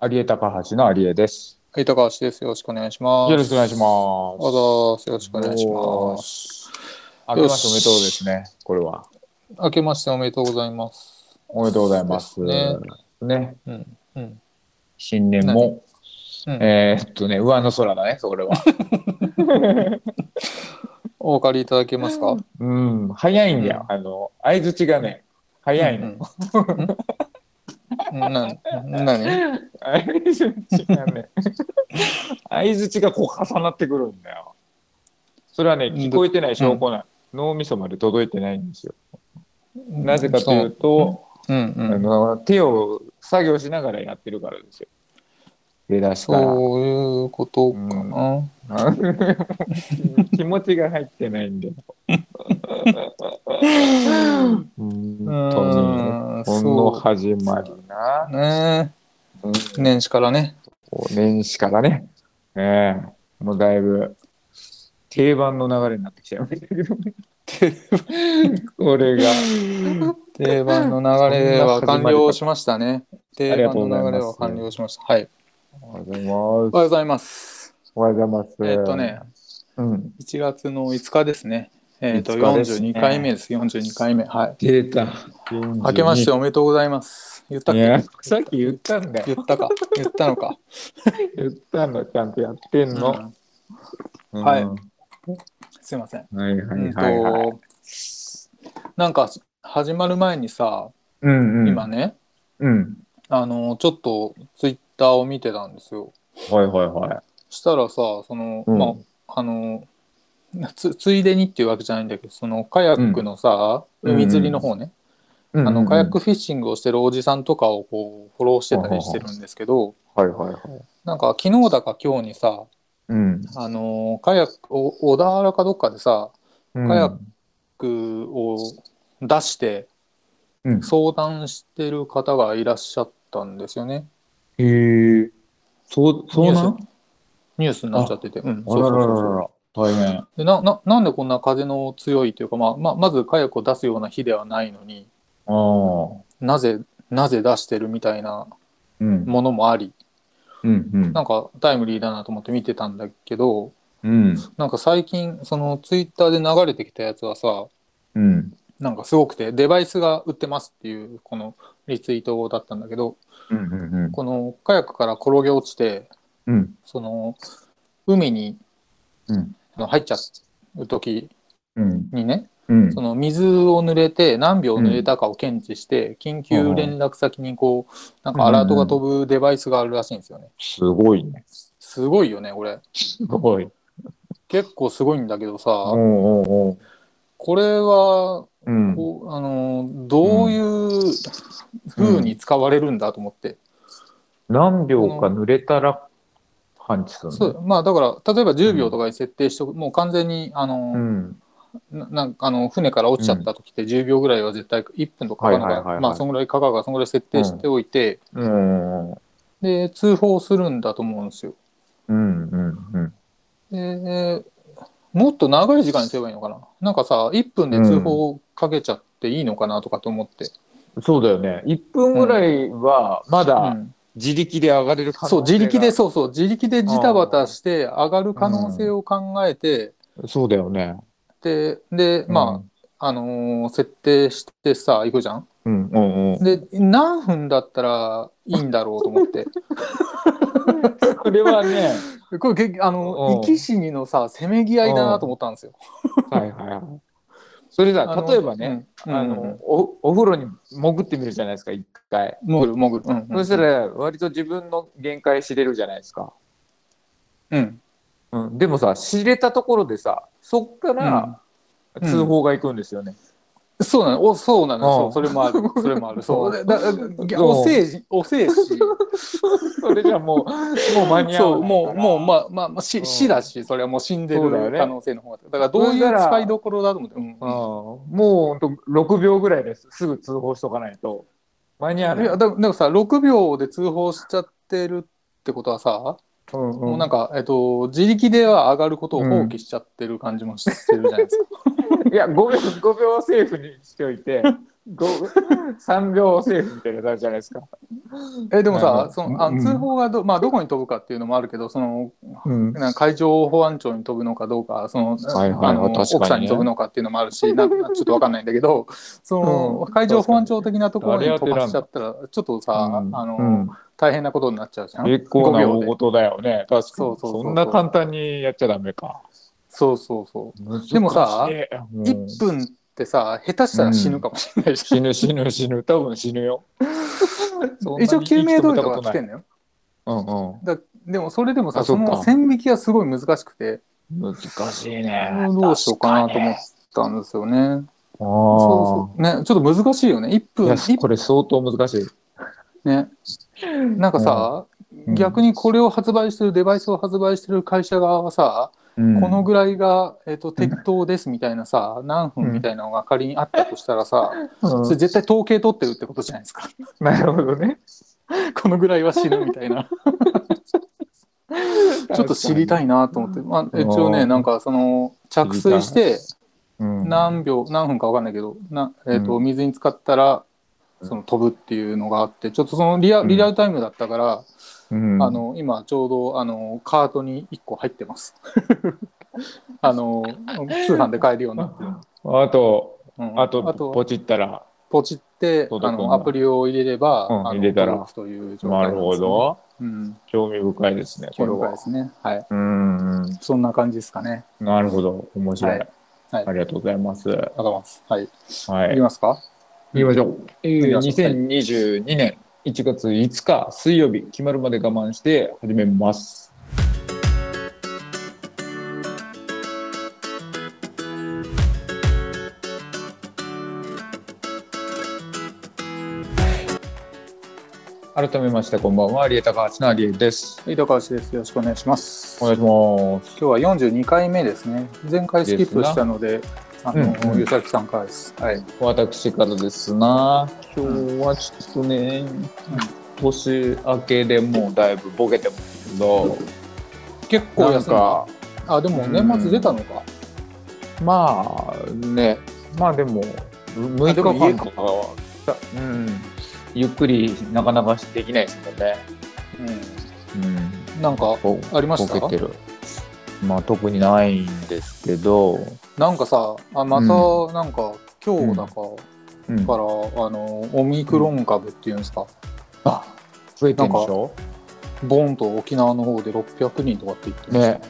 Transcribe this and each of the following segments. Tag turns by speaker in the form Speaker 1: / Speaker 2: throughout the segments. Speaker 1: 有江高橋の有江です。
Speaker 2: はい、高橋です。よろしくお願いします。
Speaker 1: よろしくお願いします。。
Speaker 2: どうぞ、よろしくお願いします
Speaker 1: 明けましておめでとうですね、これは。
Speaker 2: す。明けましておめでとうございます。
Speaker 1: おめでとうございます。
Speaker 2: そうで
Speaker 1: ね
Speaker 2: す。うん。うん。
Speaker 1: 新年も、
Speaker 2: うん
Speaker 1: えーっとね、上の空だね、それは。
Speaker 2: お分かりいただけますか
Speaker 1: うん、早いんだよ。あの、相づちがね、早いの。
Speaker 2: うん。な、何
Speaker 1: 相づちが ね、相づちがこう重なってくるんだよ。それはね、聞こえてない証拠な、の脳みそまで届いてないんですよ。なぜかというと、
Speaker 2: うんう
Speaker 1: あ
Speaker 2: ん。
Speaker 1: の手を作業しながらやってるからですよ。出だしから。
Speaker 2: そういうことかな。
Speaker 1: 気持ちが入ってないんで。本当に。
Speaker 2: うん、
Speaker 1: この
Speaker 2: そ
Speaker 1: 始まりな
Speaker 2: う。。ね
Speaker 1: うん
Speaker 2: 年始からね。
Speaker 1: こう年始からね。ねえもうだいぶ定番の流れになってきちゃいましたけど ね。これが。
Speaker 2: 定番の流れは完了しましたね。定番の流れは完了しました。はい。
Speaker 1: おはようございま
Speaker 2: おは
Speaker 1: す。
Speaker 2: ようございます。
Speaker 1: おはようございます。
Speaker 2: えっとね、
Speaker 1: うん。
Speaker 2: 1月の5日ですね。えっ、と、
Speaker 1: 5日ですね
Speaker 2: 42回目です。42回目。はい。
Speaker 1: 出た。
Speaker 2: 明けましておめでとうございます。言ったっ
Speaker 1: い
Speaker 2: け
Speaker 1: や、さっき言ったんだよ。
Speaker 2: 言ったか。言ったのか。
Speaker 1: 言ったの、ちゃんとやってんの。うん
Speaker 2: はい
Speaker 1: はい
Speaker 2: すいません。
Speaker 1: はい
Speaker 2: うんと、
Speaker 1: はいはい。
Speaker 2: なんか始まる前にさ、
Speaker 1: うんうん。
Speaker 2: 今ね、
Speaker 1: うん。
Speaker 2: あの、ちょっとツイッターを見てたんですよ。
Speaker 1: はいはいはい。
Speaker 2: したらさ、その、
Speaker 1: うん
Speaker 2: まあ、あの、つついでにっていうわけじゃないんだけどそのカヤックのさ、
Speaker 1: うん
Speaker 2: 海釣りの方ね、
Speaker 1: うん
Speaker 2: あ
Speaker 1: うんう
Speaker 2: の
Speaker 1: ん
Speaker 2: カヤックフィッシングをしてるおじさんとかをこうフォローしてたりしてるんですけど、
Speaker 1: はいはいはい。
Speaker 2: なんか昨日だか今日にさ、
Speaker 1: うん。
Speaker 2: あのーカヤックお小田原かどっかでさカヤックを出して
Speaker 1: うん
Speaker 2: 相談してる方がいらっしゃったんですよね、
Speaker 1: へえ。そう、そうなん
Speaker 2: ニュースになっちゃってて、うん、
Speaker 1: あ
Speaker 2: そう
Speaker 1: ら
Speaker 2: そ
Speaker 1: ら
Speaker 2: う
Speaker 1: ら
Speaker 2: そう
Speaker 1: ら。大変。
Speaker 2: でなななんでこんな風の強いというか、まあ、まあまずカヤックを出すような日ではないのに
Speaker 1: ああ。
Speaker 2: なぜなぜ出してるみたいな
Speaker 1: うん。
Speaker 2: ものもあり
Speaker 1: うんうん。
Speaker 2: なんかタイムリーだなと思って見てたんだけど
Speaker 1: うん。
Speaker 2: なんか最近そのツイッターで流れてきたやつはさ、
Speaker 1: うん。
Speaker 2: なんかすごくて、デバイスが売ってますっていう、このリツイートだったんだけど、
Speaker 1: うんうん
Speaker 2: このカヤックから転げ落ちて、
Speaker 1: うん。うん。
Speaker 2: その、海に
Speaker 1: うん
Speaker 2: あの入っちゃう時
Speaker 1: うん。
Speaker 2: にね、
Speaker 1: うん。
Speaker 2: その水を濡れて何秒濡れたかを検知して、緊急連絡先にこう、なんかアラートが飛ぶデバイスがあるらしいんですよね。
Speaker 1: すごいね。
Speaker 2: すごいよね、これ。
Speaker 1: すごい。
Speaker 2: 結構すごいんだけど
Speaker 1: お
Speaker 2: さ、
Speaker 1: うおうおう。
Speaker 2: これは、
Speaker 1: うん。
Speaker 2: こうあのどういう風に使われるんだと思って。
Speaker 1: 何秒か濡れたら感知するの
Speaker 2: そうまあだから例えば10秒とかに設定しておく、もう完全にあの、
Speaker 1: ん。
Speaker 2: ななんかあの船から落ちちゃった時って10秒ぐらいは絶対1分とかかかるの
Speaker 1: はいはいはいは
Speaker 2: か
Speaker 1: い
Speaker 2: まあそんぐらいかかるからそんぐらい設定しておいて、
Speaker 1: うん。うん
Speaker 2: で通報するんだと思うんですよ。
Speaker 1: うんうん。
Speaker 2: でもっと長い時間にすればいいのかななんかさ1分で通報かけちゃっていいのかなとかと思って、
Speaker 1: そうだよね。1分ぐらいはま
Speaker 2: うん
Speaker 1: だ自力で上がれる可能性
Speaker 2: そう
Speaker 1: が
Speaker 2: 自力でそうそう自力でジタバタして上がる可能性を考えて、
Speaker 1: そうだよね。
Speaker 2: ででまあ、あのー設定してさ行くじゃん
Speaker 1: うん、うんうんうん。
Speaker 2: で何分だったらいいんだろうと思って
Speaker 1: これはね、
Speaker 2: これ結あ
Speaker 1: うん
Speaker 2: の生き死にのさせめぎ合いだなと思ったんですよ。
Speaker 1: はいはいはい。それ
Speaker 2: あ
Speaker 1: だ、
Speaker 2: の
Speaker 1: 例えばね、、
Speaker 2: うん
Speaker 1: あのお、お風呂に潜ってみるじゃないですか、一回。
Speaker 2: うん潜る潜る、うんう
Speaker 1: そ
Speaker 2: ん、
Speaker 1: したら、割と自分の限界知れるじゃないですか。
Speaker 2: うん、
Speaker 1: うん、でもさ、知れたところでさ、そっから
Speaker 2: うん
Speaker 1: 通報が行くんですよね。
Speaker 2: そうなのおそうな
Speaker 1: う
Speaker 2: の
Speaker 1: ん
Speaker 2: そうそれもある それもあるそうでだだ
Speaker 1: うん
Speaker 2: おせいじおせいし
Speaker 1: それじゃ もう、もう間に合
Speaker 2: そう
Speaker 1: わない
Speaker 2: も
Speaker 1: か
Speaker 2: う
Speaker 1: ら
Speaker 2: もうまあまあ、まあ、
Speaker 1: う
Speaker 2: し
Speaker 1: ん
Speaker 2: 死だしそれはもう死んで
Speaker 1: そうだよ
Speaker 2: る
Speaker 1: ね
Speaker 2: 可能性の方がだからどういう使いどころだと思って、うん
Speaker 1: うんもうほんと6秒ぐらいですすぐ通報しとかないと間に合わない
Speaker 2: いやだなんかさ6秒で通報しちゃってるってことはさ
Speaker 1: うんうん
Speaker 2: もうなんか、えっと、自力では上がることを放棄し ちゃってる感じもしてるじゃないですか。
Speaker 1: いや 5, 秒5秒セーフにしておいて 3秒セーフみたいな感じじゃないですか。
Speaker 2: えでも
Speaker 1: なるほ
Speaker 2: さ
Speaker 1: ど
Speaker 2: そのあ
Speaker 1: うん
Speaker 2: 通報がど,、まあ、どこに飛ぶかっていうのもあるけどその
Speaker 1: うん。
Speaker 2: なんか海上保安庁に飛ぶのかどうかその、
Speaker 1: はいはいはい
Speaker 2: あの
Speaker 1: 確かにね
Speaker 2: 奥さんに飛ぶのかっていうのもあるしなちょっとわかんないんだけどその、
Speaker 1: うん
Speaker 2: 海上保安庁的なところ
Speaker 1: あれ
Speaker 2: に
Speaker 1: 当て
Speaker 2: 飛
Speaker 1: らんの
Speaker 2: ばしちゃったらちょっとさ、あの
Speaker 1: うん
Speaker 2: 大変なことになっちゃうじゃん
Speaker 1: 結構な
Speaker 2: 5
Speaker 1: 大
Speaker 2: 秒で
Speaker 1: 事だよね。確かに。
Speaker 2: そうそうそう
Speaker 1: そんな簡単にやっちゃダメか。
Speaker 2: そうそうそうでもさ
Speaker 1: 難しい、うん
Speaker 2: 1分ってさ下手したら死ぬかもしれないし、
Speaker 1: 死ぬ死ぬ死ぬ、多分死ぬよ。 そんなに
Speaker 2: 一応救命胴衣とか着て
Speaker 1: 生き
Speaker 2: んのよ
Speaker 1: と見たこ
Speaker 2: だでもそれでも
Speaker 1: あ
Speaker 2: さ
Speaker 1: そ
Speaker 2: そ
Speaker 1: っか
Speaker 2: の線引きがすごい難しくて
Speaker 1: とない。うんうん。難しいね。
Speaker 2: どうしようかなと思ったんですよね。そ
Speaker 1: あ
Speaker 2: うそうね、ちょっと難しいよね。1
Speaker 1: あ。い
Speaker 2: 分、
Speaker 1: や
Speaker 2: 一
Speaker 1: これ相当難しい。
Speaker 2: ね。なんかさ、
Speaker 1: うん
Speaker 2: 逆にこれを発売してる、デバイスを発売してる会社側はさ、この
Speaker 1: ぐ
Speaker 2: ぐらいが、えっと適当ですみたいなさ、何分みたいなのが仮にあったとしたらさ、それ絶対統計取ってるってことじゃないですか。
Speaker 1: なるほどね。
Speaker 2: このぐらいは死ぬみたい な。ちょっと知りた
Speaker 1: い。
Speaker 2: いなと思って、まあ、一応
Speaker 1: う
Speaker 2: ね、
Speaker 1: ん
Speaker 2: なんかその、着水して、
Speaker 1: うん
Speaker 2: 何秒、何分かわかんないけど、なえっと
Speaker 1: う
Speaker 2: 水に浸かったら、
Speaker 1: うん
Speaker 2: その飛ぶっていうのがあって、ちょっとそのリア
Speaker 1: うん
Speaker 2: リアルタイムだったから、
Speaker 1: うん
Speaker 2: あの今ちょうどあのカートに1個入ってます。 あの通販で買えるようになってる。
Speaker 1: あと、
Speaker 2: うん
Speaker 1: あと、ポチったら。
Speaker 2: ポチって
Speaker 1: 届く
Speaker 2: あ
Speaker 1: んだ
Speaker 2: のアプリを入れれば、
Speaker 1: うん
Speaker 2: あの
Speaker 1: 入れたら
Speaker 2: 届くという状
Speaker 1: な
Speaker 2: 態なん
Speaker 1: る
Speaker 2: ですね
Speaker 1: ほ。ど。
Speaker 2: うん、
Speaker 1: 興味深いですね、こ
Speaker 2: 興
Speaker 1: れ
Speaker 2: 味深いで
Speaker 1: は。
Speaker 2: すね。はい、
Speaker 1: うんうん。
Speaker 2: そんな感じですかね。
Speaker 1: なるほど。面白い。
Speaker 2: はいはい
Speaker 1: ありがとうございます。は
Speaker 2: ありがとうございます。はい、い
Speaker 1: い
Speaker 2: き。ますか。
Speaker 1: 言いましょう。え
Speaker 2: 行き
Speaker 1: ー、
Speaker 2: ましょう
Speaker 1: 2022年1月5日水曜日、決まるまで我慢して始めます。改めまして、こんばんは。リエ高橋のアリエです。
Speaker 2: 井戸川氏です。よろしくお願いします。
Speaker 1: お願いします。
Speaker 2: 今日は42回目ですね。前回スキップしたので、あの、
Speaker 1: うんうん
Speaker 2: ゆさきさんからです。はい。
Speaker 1: 私からですな。今日はちょっとね、年明けでもうだいぶボケてますけど、
Speaker 2: 結構
Speaker 1: なん
Speaker 2: 安か。
Speaker 1: か、
Speaker 2: あ、でも年末出たのか。
Speaker 1: まあね、まあでも、6日間とかは、うん、ゆっくりなかなかできないですもんね。
Speaker 2: う
Speaker 1: うん、
Speaker 2: ん。なんか
Speaker 1: ぼ
Speaker 2: ありまし
Speaker 1: ボケ
Speaker 2: た
Speaker 1: てる。まあ特にないんですけど、
Speaker 2: なんかさ、あまたなんか、今日だか
Speaker 1: うん
Speaker 2: から、あのオミクロン株っていうんですか、
Speaker 1: あ増えてるでしょ
Speaker 2: ボンと沖縄の方で600人とかって言ってましたね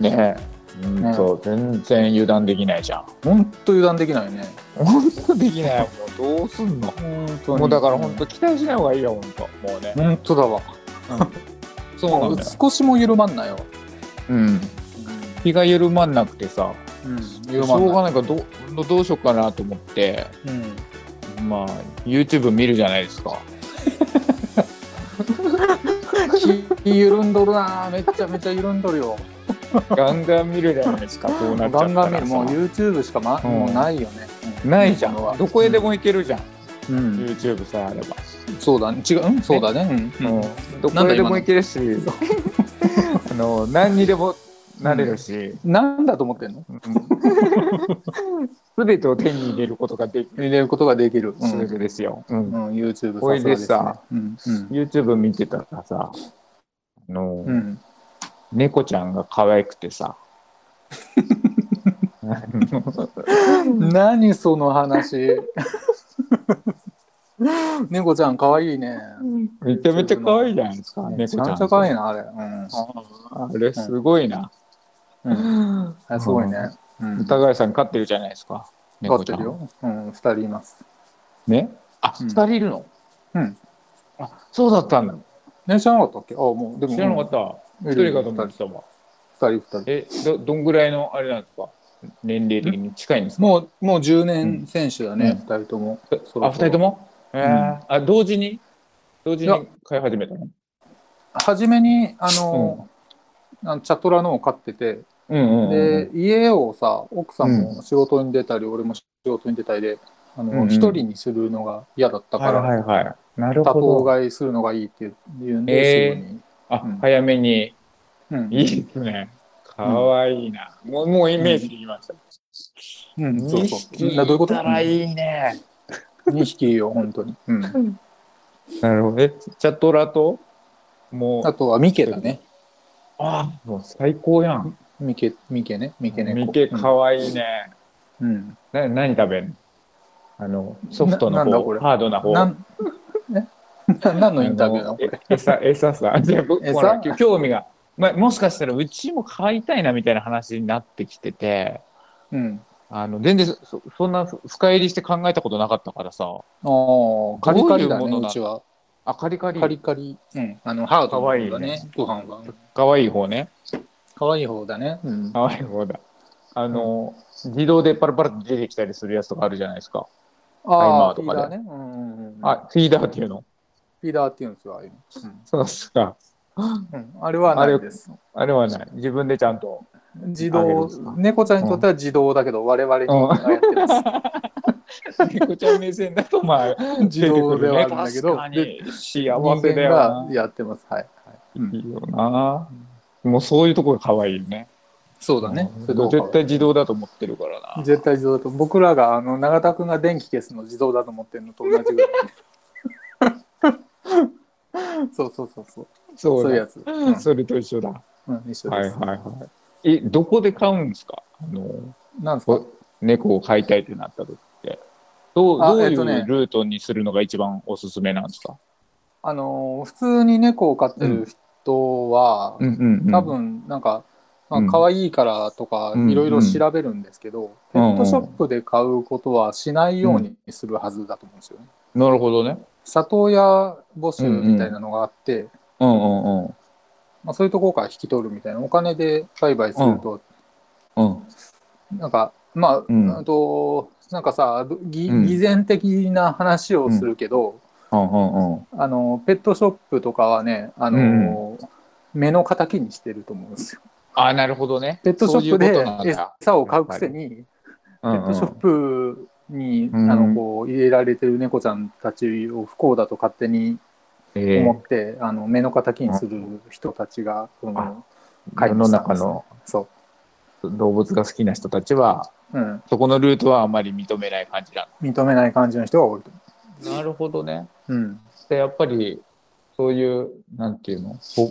Speaker 1: ね。ねえ、うんと、全然油断できないじゃん。
Speaker 2: 本当油断できないね。
Speaker 1: 本当できないもうどうすんの
Speaker 2: 本当に。
Speaker 1: もうだから本当期待しない方がいいよ本当もうね
Speaker 2: 当。本当だわ。
Speaker 1: そうなんだよ
Speaker 2: 少しも緩まんないわ。
Speaker 1: うん気が緩まんなくてさ
Speaker 2: うん。
Speaker 1: し
Speaker 2: 緩ま
Speaker 1: ょ
Speaker 2: ん
Speaker 1: う
Speaker 2: な
Speaker 1: が
Speaker 2: い。
Speaker 1: ないからどうどうしようかなと思って
Speaker 2: うん。
Speaker 1: まあ YouTube 見るじゃないですか
Speaker 2: 気緩んどるなぁめっちゃめちゃ緩んどるよ
Speaker 1: ガンガン見るじゃないですかこうな
Speaker 2: ガ
Speaker 1: っちゃったらさ
Speaker 2: ンガン見るもう YouTube しか、ま
Speaker 1: うん
Speaker 2: もうないよね
Speaker 1: ないじゃんどこへで、も行けるじゃん、
Speaker 2: うん
Speaker 1: YouTube さえあれば、
Speaker 2: そうだね違う、うん、そうだねうんう
Speaker 1: う
Speaker 2: ん
Speaker 1: んどこへでも行けるしあの何にでもなれるし、
Speaker 2: なんだと思ってんの
Speaker 1: すべてを手に入れることができ
Speaker 2: 入れることができる、う
Speaker 1: る
Speaker 2: ん
Speaker 1: わけですよ、うん
Speaker 2: うん、YouTube
Speaker 1: これで
Speaker 2: さ
Speaker 1: さ
Speaker 2: すがですね
Speaker 1: YouTube 見てたらさあの、
Speaker 2: うんうんうん
Speaker 1: 猫ちゃんが可愛くてさあの
Speaker 2: 何その話猫ちゃん可愛いね
Speaker 1: めちゃめちゃ可愛いじゃないですか
Speaker 2: めち
Speaker 1: 猫ちゃん
Speaker 2: ゃめちゃ可愛いなあれ、うん
Speaker 1: あれすごいな、
Speaker 2: うん、あれすごいね、うん、
Speaker 1: 高橋さん飼ってるじゃないですか
Speaker 2: 飼
Speaker 1: 猫ち
Speaker 2: って
Speaker 1: ゃん
Speaker 2: るよ、うん、2人います
Speaker 1: ねあ、
Speaker 2: うん
Speaker 1: 二人いるの
Speaker 2: うん
Speaker 1: あそうだったんだ
Speaker 2: ね、知らなかったっけあもう、でも、
Speaker 1: 知らなかった一、人かと思っ
Speaker 2: 二
Speaker 1: てたわ
Speaker 2: 人、二人。
Speaker 1: えどどんぐらいのあれなんですか年齢的に近いんですか
Speaker 2: もう、もう10年選手だ
Speaker 1: うん
Speaker 2: ね、二、人とも。そろ
Speaker 1: あ二人とも、えーあ同時に同時
Speaker 2: いや
Speaker 1: に飼い始めたの
Speaker 2: 初めに、あの、あのチャトラのを飼ってて、
Speaker 1: うんうんうんうん
Speaker 2: で、家をさ、奥さんも仕事に出たり、俺も仕事に出たりで、あ
Speaker 1: うんう
Speaker 2: の、
Speaker 1: ん
Speaker 2: 一、人にするのが嫌だったから、
Speaker 1: はいはいはい。なる
Speaker 2: 多頭
Speaker 1: ほど。
Speaker 2: 飼いするのがいいっていうんで、
Speaker 1: えー
Speaker 2: すぐに。
Speaker 1: あ、
Speaker 2: うん
Speaker 1: 早めに。
Speaker 2: うん
Speaker 1: いいですね。かわいいな。もう、もうイメージできました。
Speaker 2: うん、そうそう。
Speaker 1: 二匹
Speaker 2: などういうこと
Speaker 1: たらいいね。
Speaker 2: 2匹よ、本当に。うん、
Speaker 1: なるほど。え、チャトラともう
Speaker 2: あ、とはミケだね。
Speaker 1: あもう最高やん。
Speaker 2: ミケ、ミケね。ミケ猫。
Speaker 1: ミケかわいいね。
Speaker 2: うん。
Speaker 1: な何食べんのあの、ソフト
Speaker 2: な
Speaker 1: の
Speaker 2: なんだこ
Speaker 1: 方、
Speaker 2: れ
Speaker 1: ハードな方。
Speaker 2: なん、ね、な 何のインタビューなのこれ。
Speaker 1: え餌、餌さ。 じゃあ僕、
Speaker 2: 餌
Speaker 1: ほら、き興味が。まあ、もしかしたらうちも買いたいなみたいな話になってきてて、
Speaker 2: うん。
Speaker 1: あの、全然そそんな深入りして考えたことなかったからさ。
Speaker 2: ああ、カリカリだ
Speaker 1: どういうもの
Speaker 2: ね、
Speaker 1: なの
Speaker 2: うちは。
Speaker 1: あ、カリカリ。
Speaker 2: カリカリ。うん。あの、ハードの方だ
Speaker 1: かわいい
Speaker 2: ね、ご飯は。
Speaker 1: かわいい方ね。
Speaker 2: かわいい方だね。うん。
Speaker 1: かわいい方だ。あの、自動でパラパラって出てきたりするやつとかあるじゃないですか。タイマー
Speaker 2: フ
Speaker 1: と
Speaker 2: ィ
Speaker 1: か
Speaker 2: ー
Speaker 1: で
Speaker 2: ダーね。うんうんうん。
Speaker 1: あ、フィーダーっていうの。
Speaker 2: フィーダーっていうんですよ、ああいうの。
Speaker 1: そうっすか。
Speaker 2: うん。うんあれはないです。
Speaker 1: あれはない。自分でちゃんと。
Speaker 2: 自
Speaker 1: あげるん
Speaker 2: 動
Speaker 1: ですか、
Speaker 2: 猫ちゃんにとっては自動だけど、我々にはやって ます。
Speaker 1: 猫ちゃん目線だと、まあ、
Speaker 2: 自動ではあるんだけ
Speaker 1: 出てく
Speaker 2: ど
Speaker 1: るね確かに幸
Speaker 2: 人
Speaker 1: せだ
Speaker 2: 間
Speaker 1: よ
Speaker 2: が
Speaker 1: な。
Speaker 2: やってます。はい。はいうん
Speaker 1: いいよな。もうそういうところ可愛いよね。
Speaker 2: そうだね。それどうかは
Speaker 1: 絶対自動だと思ってるからな。
Speaker 2: 絶対自動だと僕らがあの永田君が電気消すの自動だと思ってるのと同じぐらい そうそうそうそう
Speaker 1: そ
Speaker 2: そういうや
Speaker 1: だ。
Speaker 2: つ、うん
Speaker 1: それと一緒だ。
Speaker 2: うん、一緒
Speaker 1: はい
Speaker 2: で
Speaker 1: はい
Speaker 2: す、
Speaker 1: はい。え、どこで買うんですかあの、
Speaker 2: なんですか
Speaker 1: 猫を飼いたいってなった時って。どう
Speaker 2: あ
Speaker 1: どうい
Speaker 2: えっと
Speaker 1: う
Speaker 2: ね
Speaker 1: ルートにするのが一番おすすめなんですか、
Speaker 2: あのー普通に猫を飼ってる人は、
Speaker 1: うんうんうん
Speaker 2: 多分なんか、ま
Speaker 1: う
Speaker 2: あ
Speaker 1: ん
Speaker 2: 可愛いからとか
Speaker 1: うん
Speaker 2: いろいろ調べるんですけど、ペットショップで買うことはしないようにするはずだと思うんですよね。
Speaker 1: なるほどね。
Speaker 2: 里親募集みたいなのがあって、
Speaker 1: うんうんうん。
Speaker 2: まあ、そういうところから引き取るみたいなお金で売買すると
Speaker 1: うん、
Speaker 2: なんかまあ、
Speaker 1: うん
Speaker 2: あとなんかさどぎ
Speaker 1: うん
Speaker 2: 偽善的な話をするけど、
Speaker 1: うんうんうん。
Speaker 2: あのペットショップとかはねあの、目の敵にしてると思うんですよ。
Speaker 1: あなるほどね。
Speaker 2: ペットショッ
Speaker 1: そう
Speaker 2: プ
Speaker 1: いうことなん
Speaker 2: で
Speaker 1: だ
Speaker 2: 餌を買うくせに
Speaker 1: ペ
Speaker 2: ペットショップに、
Speaker 1: うん
Speaker 2: あのこう入れられてる猫ちゃんたちを不幸だと勝手に
Speaker 1: え
Speaker 2: 思って、あの目の敵にする人たちが、その
Speaker 1: え世の中の
Speaker 2: そ
Speaker 1: 動物が好きな人たちは、
Speaker 2: う、うん、
Speaker 1: そこのルートはあまり認めない感じだ。
Speaker 2: 認めない感じの人が多いと思
Speaker 1: なるほどね。
Speaker 2: う。うん
Speaker 1: で、やっぱり、そういう、なんていうのほ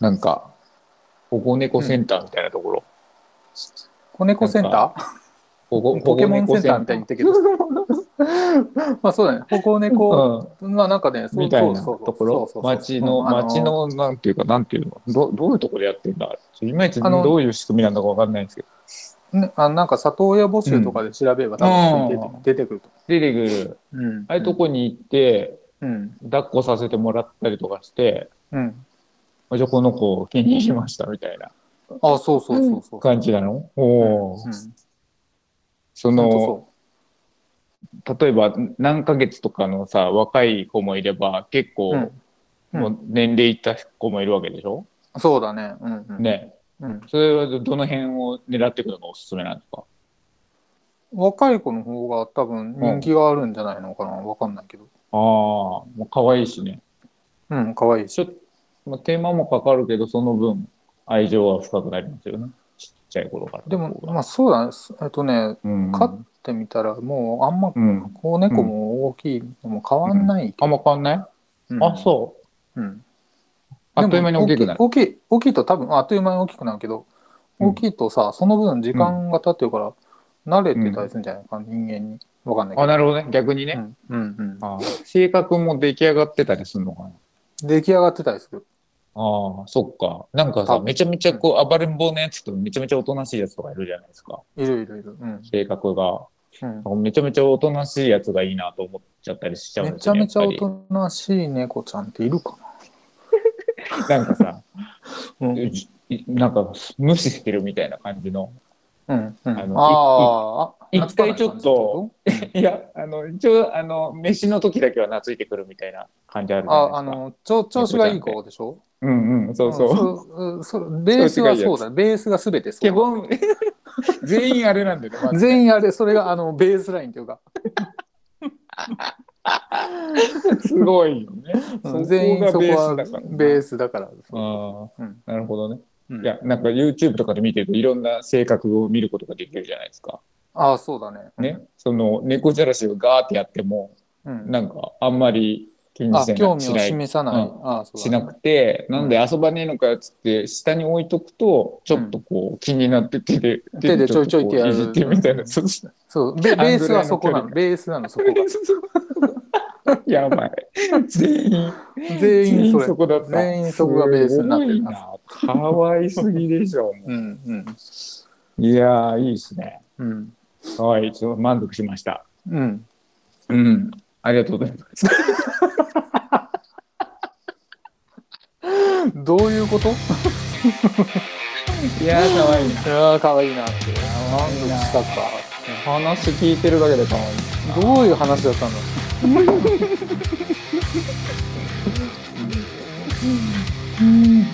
Speaker 1: なんか、保護猫センターみたいなところ。
Speaker 2: 子猫センター
Speaker 1: 保護
Speaker 2: ポケモンセンターみたいに言ったけど。 まあそうだね。歩行猫、
Speaker 1: うん、
Speaker 2: まあなんかね、そう
Speaker 1: みたいな
Speaker 2: そうそう
Speaker 1: とこ
Speaker 2: そうそ
Speaker 1: ろ
Speaker 2: うそう
Speaker 1: 町の、
Speaker 2: うんあ
Speaker 1: 町の、なんていうか、なんていうのどどういうところでやってんだあれちょいまいちどういう仕組みなのかわかんないんですけど。
Speaker 2: ねあのなんか里親募集とかで調べれば多分出て,、
Speaker 1: うん
Speaker 2: 出てくると。
Speaker 1: 出てくる。
Speaker 2: うん
Speaker 1: ああいうとこに行って、
Speaker 2: うん。
Speaker 1: 抱っこさせてもらったりとかして、
Speaker 2: うん。
Speaker 1: じゃあこの子を気に入りましたみたいな
Speaker 2: あ、そうそうそうそう。
Speaker 1: 感じなの、おお、
Speaker 2: うん、
Speaker 1: そ
Speaker 2: 本当
Speaker 1: の、
Speaker 2: そ
Speaker 1: 例えば何ヶ月とかのさ、若い子もいれば、結構、
Speaker 2: うんうん
Speaker 1: もう年齢いった子もいるわけでしょ、
Speaker 2: う。そうだね。うん、うん。。
Speaker 1: ね
Speaker 2: うん。
Speaker 1: それはどの辺を狙っていくのがおすすめなんですか
Speaker 2: 若い子の方が多分人気があるんじゃないのかな。わかんないけど。
Speaker 1: ああ、もう可愛いしね。
Speaker 2: うん、可愛いし。
Speaker 1: ちょっと、まあ、手間もかかるけど、その分、愛情は深くなりますよね。ちっちゃい頃から。
Speaker 2: でも、まあそうだね。えっとね、
Speaker 1: うん、
Speaker 2: 飼ってみたらもうあんま
Speaker 1: うん。
Speaker 2: 子猫も大きいのも変わんないけ
Speaker 1: あ
Speaker 2: ど
Speaker 1: んま変わんない、
Speaker 2: うん
Speaker 1: あ、そう。
Speaker 2: うん、
Speaker 1: あっという間に大きくなる
Speaker 2: で。も大きい大きいと多分あっという間に大きくなるけど
Speaker 1: うん
Speaker 2: 大きいとさその分時間が経ってるから慣れてたりするんじゃないかな、人間にわかんないけ
Speaker 1: あ、
Speaker 2: ど
Speaker 1: なるほどね。逆にね。
Speaker 2: うんうんうん、
Speaker 1: あ性格も出来上がってたりするのかな。
Speaker 2: 出来上がってたりする
Speaker 1: ああ、そっか。なんか
Speaker 2: 多
Speaker 1: さ、
Speaker 2: 分
Speaker 1: めちゃめちゃこう、暴れん坊のやつとめちゃめちゃおとなしいやつとかいるじゃないですか。
Speaker 2: いるいるいる、うん
Speaker 1: 性格が。
Speaker 2: うん
Speaker 1: めちゃめちゃおとなしいやつがいいなと思っちゃったりしちゃうん
Speaker 2: め
Speaker 1: で
Speaker 2: ち
Speaker 1: すよ
Speaker 2: ゃ
Speaker 1: ね。
Speaker 2: めちゃ
Speaker 1: やっ
Speaker 2: お
Speaker 1: ぱり
Speaker 2: となしい猫ちゃんっているか
Speaker 1: なんかさ、
Speaker 2: な、うんうん
Speaker 1: じなんか無視してるみたいな感じの。
Speaker 2: うん、
Speaker 1: あの
Speaker 2: ああ
Speaker 1: い一回ちょっと
Speaker 2: 懐かない感じってこ
Speaker 1: いや、あの、一応、あの、飯の時だけは懐いてくるみたいな感じあるじゃないです
Speaker 2: あ
Speaker 1: か。
Speaker 2: あのちょ調子がいい子でしょ
Speaker 1: うんうん、そうそう。
Speaker 2: うんそそベースはそうだベースが全てそ
Speaker 1: 基
Speaker 2: う
Speaker 1: 本、 全員あれなんだよね。まずね
Speaker 2: 全員あれそれがあのベースラインというか
Speaker 1: すごいよね。
Speaker 2: うん全員そこはベー
Speaker 1: ス
Speaker 2: スだから
Speaker 1: だからああ、
Speaker 2: うん
Speaker 1: なるほどね。
Speaker 2: うん
Speaker 1: いや、なんか YouTube とかで見てると、いろんな性格を見ることができるじゃないですか。
Speaker 2: ああ、そうだね。
Speaker 1: ね、その猫じゃらしをガーってやっても、
Speaker 2: うん。
Speaker 1: なんかあんまり気に
Speaker 2: あ、
Speaker 1: せな
Speaker 2: 興味
Speaker 1: し
Speaker 2: を
Speaker 1: ない
Speaker 2: 示さない。
Speaker 1: う
Speaker 2: ああ、そ
Speaker 1: し
Speaker 2: うだ
Speaker 1: な
Speaker 2: ね
Speaker 1: くて、
Speaker 2: ん
Speaker 1: なんで遊ばねえのかっつって下に置いとくとちょっとこう気になって手で、
Speaker 2: 手でちょいちょいってやる
Speaker 1: いじってみたいなそう そう
Speaker 2: そう。ベベースはそこな
Speaker 1: あん
Speaker 2: の。
Speaker 1: ぐ
Speaker 2: ベースなの、そこが。
Speaker 1: やばい全員
Speaker 2: 全員それ。
Speaker 1: こだった
Speaker 2: 全員そこがベースになってる
Speaker 1: すごいなかわいすぎでしょも
Speaker 2: うん、う
Speaker 1: う
Speaker 2: ん。
Speaker 1: いやーいいですね
Speaker 2: うん。
Speaker 1: はいちょっと満足しました
Speaker 2: うん。
Speaker 1: うんありがとうございます
Speaker 2: どういうことい
Speaker 1: いやーかわいいな
Speaker 2: やー、かわいいなって。満
Speaker 1: い
Speaker 2: 足
Speaker 1: いな
Speaker 2: した
Speaker 1: 話聞いてるだけでかわいい
Speaker 2: か。どういう話だったの
Speaker 1: うん